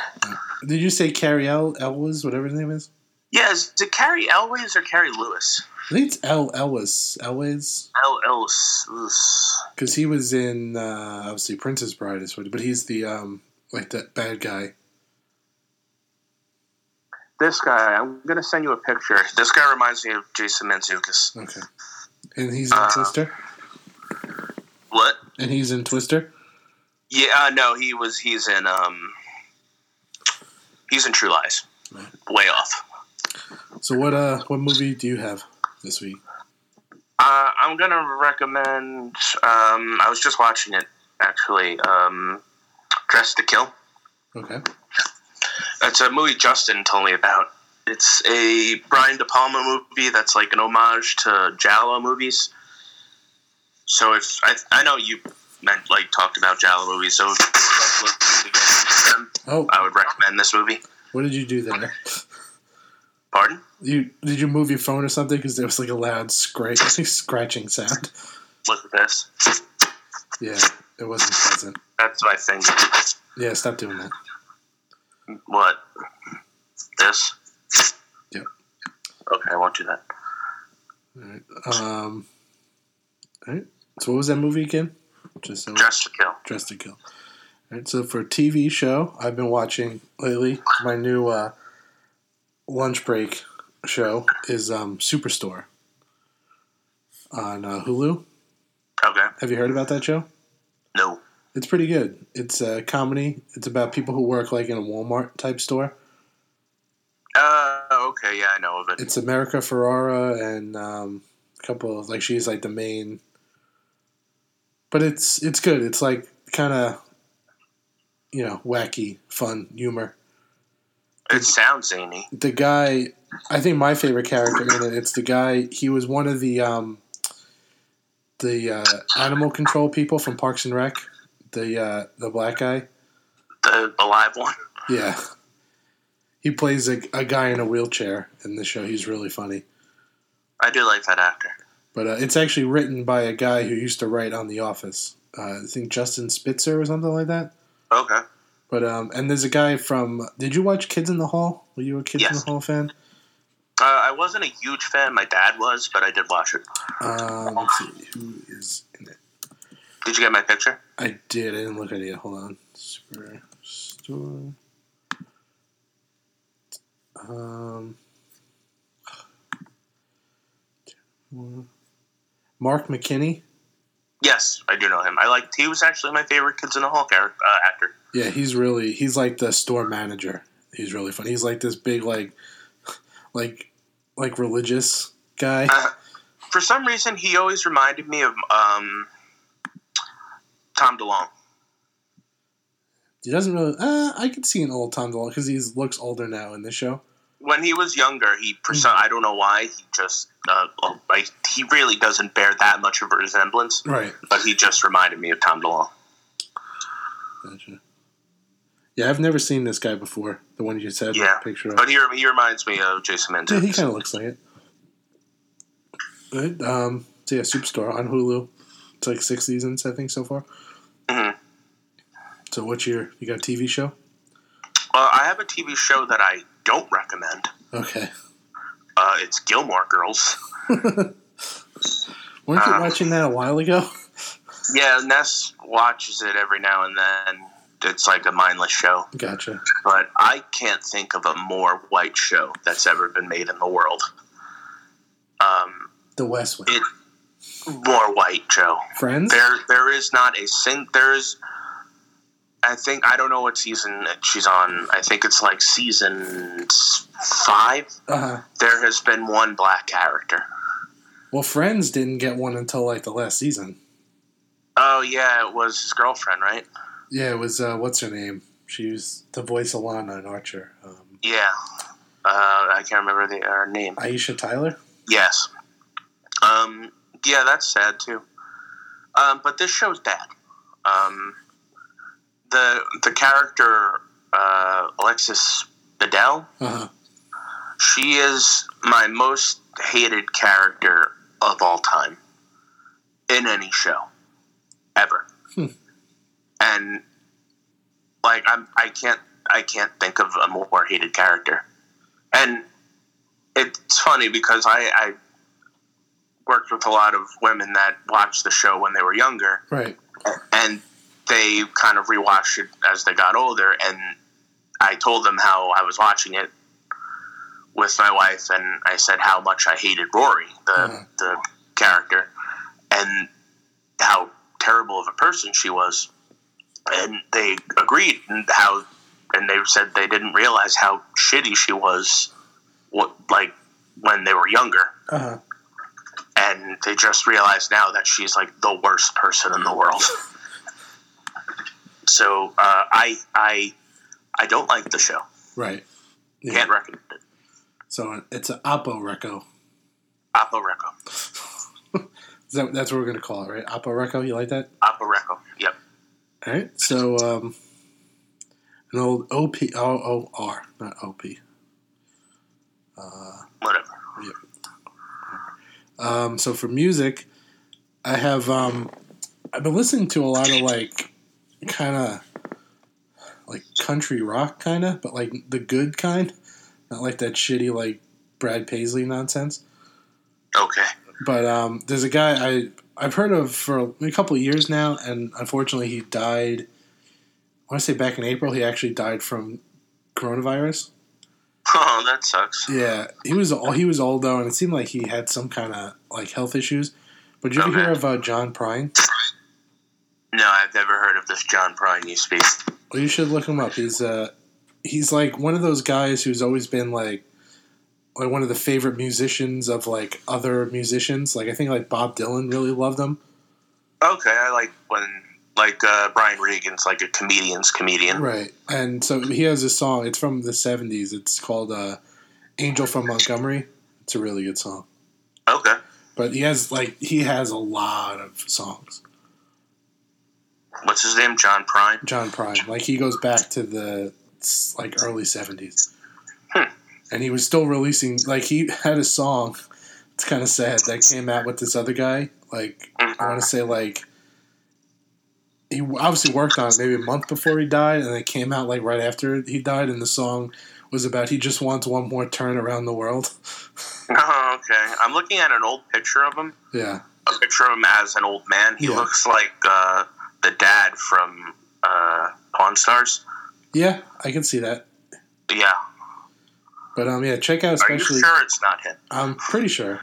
Did you say Carrie El Elwes, whatever his name is?
Yeah. Is, is it Carrie Elways or Carrie Lewis?
I think it's El Elwes. Elwes.
El Ellis. Lewis.
Because he was in uh, obviously Princess Bride is what, but he's the um like that bad guy.
This guy. I'm gonna send you a picture. This guy reminds me of Jason Mantzoukas.
Okay, and he's in
Uh.
Twister.
What?
and he's in Twister.
Yeah, uh, no, he was. He's in. Um, he's in True Lies. Way off.
So what uh what movie do you have this week?
Uh, I'm gonna recommend. Um, I was just watching it actually. Um, Dress to Kill.
Okay.
That's a movie Justin told me about. It's a Brian De Palma movie that's like an homage to Jallo movies. So if I, I know you meant like talked about Jallo movies, so if you like looking to get into them,
Oh,
I would recommend this movie.
what did you do there?
Pardon?
You did you move your phone or something? Because there was like a loud scra- scratching sound.
Look at this.
Yeah, it wasn't pleasant.
That's my thing.
Yeah, stop doing that.
What? This?
Yep.
Okay, I won't do that.
Um, all right. So what was that movie again? Just so
Dress to Kill.
Dress to Kill. All right, so for TV show, I've been watching lately. My new uh, lunch break show is um, Superstore on uh, Hulu.
Okay.
Have you heard about that show?
No.
It's pretty good. It's a comedy. It's about people who work like in a Walmart type store.
Uh, okay, yeah, I know of it.
It's America Ferrara and um, a couple of like she's like the main. But it's it's good. It's like kind of you know wacky, fun humor.
It sounds zany.
the guy I think my favorite character in it it's the guy he was one of the um the uh, animal control people from Parks and Rec the uh, the black guy
The alive one.
yeah he plays a, a guy in a wheelchair in the show he's really funny
I do like that actor.
but uh, it's actually written by a guy who used to write on The Office uh, I think Justin Spitzer or something like that
Okay.
but um and there's a guy from did you watch Kids in the Hall were you a Kids in
Yes.
the Hall fan
Uh, I wasn't a huge fan. My dad was, but I did watch it.
um, let's see who is in it
Did you get my picture?
I did. I didn't look at it yet. Hold on. Superstore. Um. Mark McKinney.
Yes, I do know him. I liked. He was actually my favorite Kids in the Hall character, uh, actor.
Yeah, he's really he's like the store manager. He's really funny. He's like this big like like like religious guy.
Uh, for some reason, he always reminded me of um, Tom DeLonge.
He doesn't really. Uh, I could see an old Tom DeLonge because he looks older now in this show.
When he was younger, he perso-
Mm-hmm.
I don't know why he just uh, oh, like he really doesn't bear that much of a resemblance,
Right.
but he just reminded me of Tom DeLonge.
Gotcha. Yeah, I've never seen this guy before. The one you said
Yeah, Oh,
picture of.
but he, he reminds me of Jason
Yeah,
Mendes.
he kind of looks like it. Good. Um, so yeah, Superstore on Hulu. It's like six seasons, I think, so far.
Mhm.
So what's your you got a TV show?
Well, I have a TV show that I don't recommend.
Okay.
Uh, it's Gilmore Girls.
Weren't you
Uh,
watching that a while ago?
Yeah, Ness watches it every now and then. It's like a mindless show,
gotcha.
but I can't think of a more white show that's ever been made in the world. Um,
The West Wing.
it more white Joe.
Friends.
There, there is not a sing. There is. I think I don't know what season that she's on. I think it's like season s- five.
Uh-huh.
There has been one black character.
Well, Friends didn't get one until like the last season.
Oh yeah, it was his girlfriend, right?
Yeah, it was uh, what's her name? She was the voice of Lana in Archer. Um,
Yeah, uh, I can't remember the her name.
Aisha Tyler.
Yes. Um, yeah, that's sad too. Um, but this show's bad. Um, the the character uh, Alexis Bedell,
Uh-huh.
she is my most hated character of all time in any show ever.
Hmm.
And like I'm, I can't, I can't think of a more hated character. And it's funny because I, I worked with a lot of women that watched the show when they were younger,
Right.
and they kind of rewatched it as they got older and i told them how i was watching it with my wife and i said how much i hated rory the,
Mhm.
the character and how terrible of a person she was, and they agreed and how, and they said they didn't realize how shitty she was, what like when they were younger,
Uh-huh.
and they just realized now that she's like the worst person in the world. so uh, I I I don't like the show.
Right. Yeah.
Can't recommend it.
So uh, it's an Oppo Reco.
Apo Reco.
Is that, that's what we're going to call it, right? Oppo Reco. You like that?
Apo Reco. Yep.
All right. So um, an old OP, OOR, not OP.
Whatever.
Um, so for music, I have um, I've been listening to a lot of like kind of like country rock kind of, but like the good kind, not like that shitty like Brad Paisley nonsense.
Okay.
But um, there's a guy I I've heard of for a couple of years now, and unfortunately he died. I want to say back in April he actually died from coronavirus.
Oh, that sucks.
Yeah, he was all he was old though, and it seemed like he had some kind of like health issues. But did you ever
Okay.
hear of uh, John Prine?
No, I've never heard of this John Prine you speak.
Well, you should look him up. He's uh, he's like one of those guys who's always been like, like one of the favorite musicians of like other musicians. Like I think like Bob Dylan really loved him.
Okay, I like when like uh, Brian Regan's like a comedian's comedian.
Right. And so he has a song. It's from the 70s. It's called uh, Angel from Montgomery. It's a really good song.
Okay.
But he has like he has a lot of songs.
What's his name? John Prine.
John Prine. Like he goes back to the s- like early 70s.
Hmm.
And he was still releasing like he had a song. It's kind of sad that came out with this other guy. Like I want to say like he obviously worked on it maybe a month before he died, and it came out like right after he died. And the song was about he just wants one more turn around the world.
Oh, okay. I'm looking at an old picture of him.
Yeah,
A picture of him as an old man. He
Yeah.
looks like uh, the dad from uh, Pawn Stars.
yeah, I can see that.
Yeah.
But um, yeah, check out
Are you
especially.
sure it's not him?
I'm pretty sure.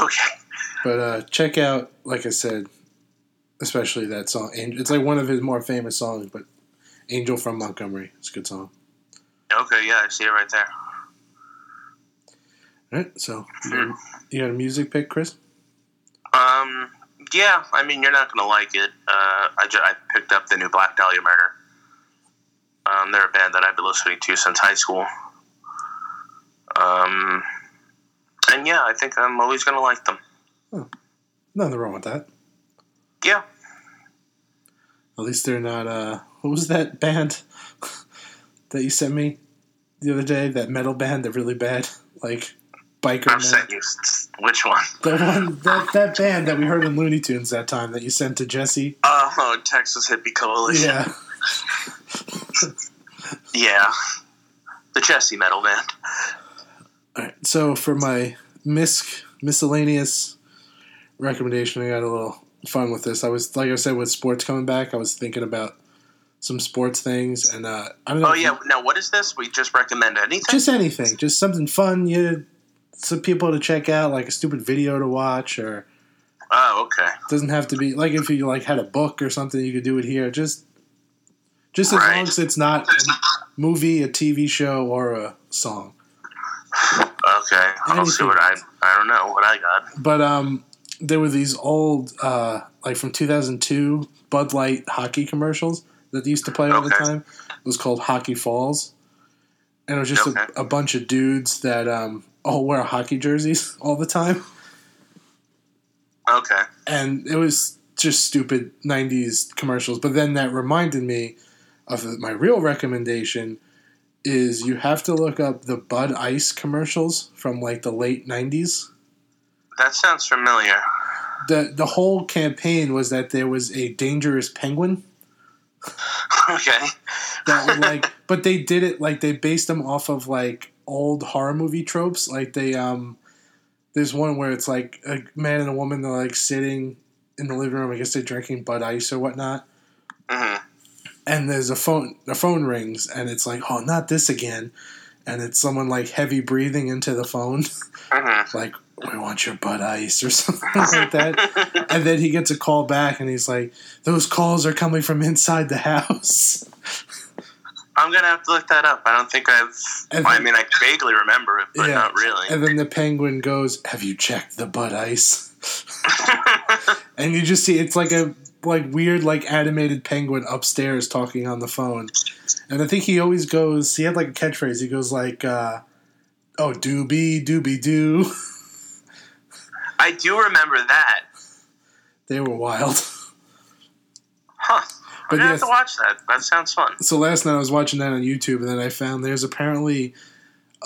Okay.
But uh, check out, like I said, especially that song. Ang- It's like one of his more famous songs, but "Angel from Montgomery" it's a good song.
Okay. Yeah, I see it right there.
All right, so you you got a music pick, Chris?
Um. Yeah. I mean, you're not gonna like it. Uh, I, ju- I picked up the new Black Dahlia Murder. Um, they're a band that I've been listening to since high school. Um, and yeah, I think I'm always gonna like them.
Nothing wrong with that.
Yeah.
At least they're not. Uh, what was that band that you sent me the other day? That metal band, they're really bad, like biker.
I've
metal.
sent you s- which one?
The one that that band that we heard in Looney Tunes that time that you sent to Jesse.
Uh, oh, Texas Hippie Coalition.
Yeah,
Yeah. The Jesse Metal Band. Oh,
All right, so for my misc miscellaneous recommendation, I got a little fun with this. I was like I said with sports coming back, I was thinking about some sports things, and uh, I don't know.
Oh
if you-
yeah. Now what is this? We just recommend anything?
just anything, just something fun. You some people to check out, like a stupid video to watch, or
Oh, okay.
doesn't have to be like if you like had a book or something, you could do it here. Just just as
Right.
long as it's not a movie, a TV show, or a song.
Okay. I'll see what I. I don't know what I got.
But um, there were these old, uh, like from 2002, Bud Light hockey commercials that they used to play all the
Okay.
time. It was called Hockey Falls, and it was just
Okay.
a, a bunch of dudes that um, all wear hockey jerseys all the time,
Okay.
and it was just stupid 90s commercials. But then that reminded me of my real recommendation. Is you have to look up the Bud Ice commercials from like the late 90s.
That sounds familiar.
the the whole campaign was that there was a dangerous penguin
Okay.
that would like but they did it like they based them off of like old horror movie tropes like they um there's one where it's like a man and a woman they're like sitting in the living room i guess they're drinking bud ice or whatnot
hmm
and there's a phone the phone rings and it's like oh not this again and it's someone like heavy breathing into the phone
hmm
like we want your butt ice or something like that. and then he gets a call back and he's like, those calls are coming from inside the house.
I'm gonna have to look that up. I don't think I've.
And
I
then-
mean, I vaguely remember it, but
Yeah.
not really.
And then the penguin goes, have you checked the butt ice? and you just see it's like a like weird like animated penguin upstairs talking on the phone. And I think he always goes he had like a catchphrase. He goes like uh Oh, doobie, doobie doo.
I do remember that.
They were wild.
Huh.
But
I'm gonna
yes-
have to watch that. That sounds fun.
so last night I was watching that on YouTube, and then I found there's apparently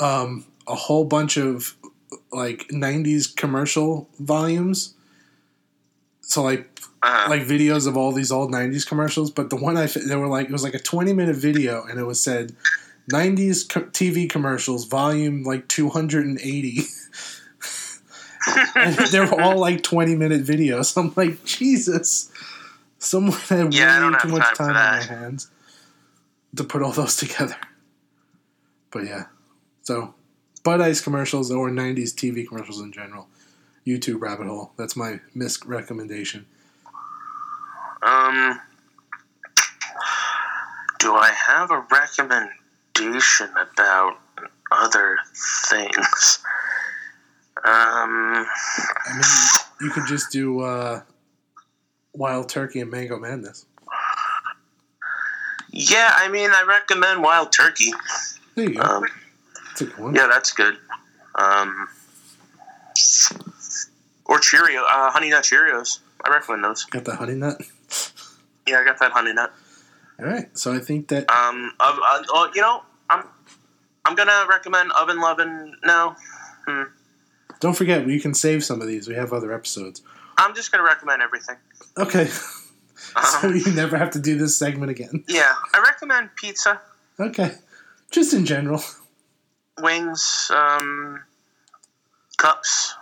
um, a whole bunch of like '90s commercial volumes. So like
Uh,
like videos of all these old '90s commercials, but the one I f- they were like it was like a 20 minute video, and it was said '90s co- TV commercials volume like 280. and they were all like 20 minute videos. I'm like Jesus, someone had
Yeah, I don't
way
have
too much
time for
time on their
that.
hands to put all those together. But yeah, so Bud Ice commercials or '90s TV commercials in general. YouTube rabbit hole. That's my misc recommendation.
um, do I have a recommendation about other things? Um,
I mean, you could just do uh, Wild Turkey and Mango Madness.
yeah, I mean, I recommend Wild Turkey.
There you go.
Um,
That's a good one.
yeah, that's good. Um, or Cheerio, uh, Honey Nut Cheerios. I recommend those.
Got the honey nut.
Yeah, I got that Honey Nut.
All right. So I think that
Um, of, uh, oh, you know, I'm I'm gonna recommend Oven Lovin' now.
don't forget we can save some of these. We have other episodes.
I'm just gonna recommend everything.
Okay. so
Um,
you never have to do this segment again.
yeah, I recommend pizza,
Okay. Just in general.
wings, um, cups,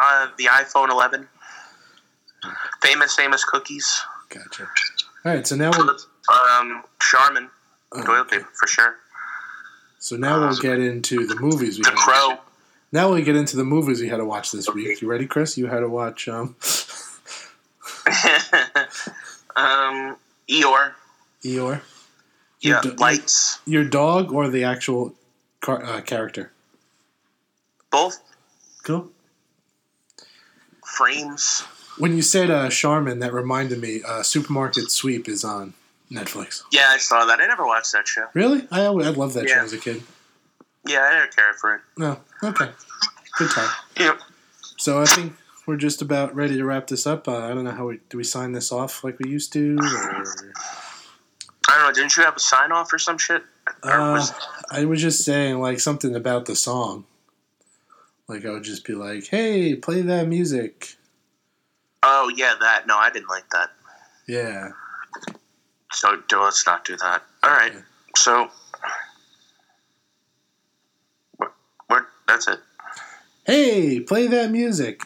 uh, the iPhone 11, famous famous cookies,
Gotcha. All right. So now we'll
um, Charmin
oh,
toilet paper for sure.
so now we'll get into the movies we
The
had.
Crow.
Now we get into the movies we had to watch this week. You ready, Chris? You had to watch um,
um, Eeyore.
Eeyore,
Yeah,
d-
lights.
your dog, or the actual car- uh, character.
Both
Cool.
frames.
When you said uh, Charmin, that reminded me. Uh, Supermarket Sweep is on Netflix.
Yeah, I saw that. I never watched that show.
Really? I always, I loved that show
Yeah.
as a kid.
Yeah, I never cared for it.
No, okay, good time.
Yep.
So I think we're just about ready to wrap this up. Uh, I don't know how we do we sign this off like we used to. Or,
I don't know. Didn't you have a sign off or some shit? Or
uh,
was,
I was just saying like something about the song. Like I would just be like, "Hey, play that music."
oh yeah, that. No, I didn't like that.
Yeah.
So do, let's not do that. All right. So we're, we're that's it.
Hey, play that music.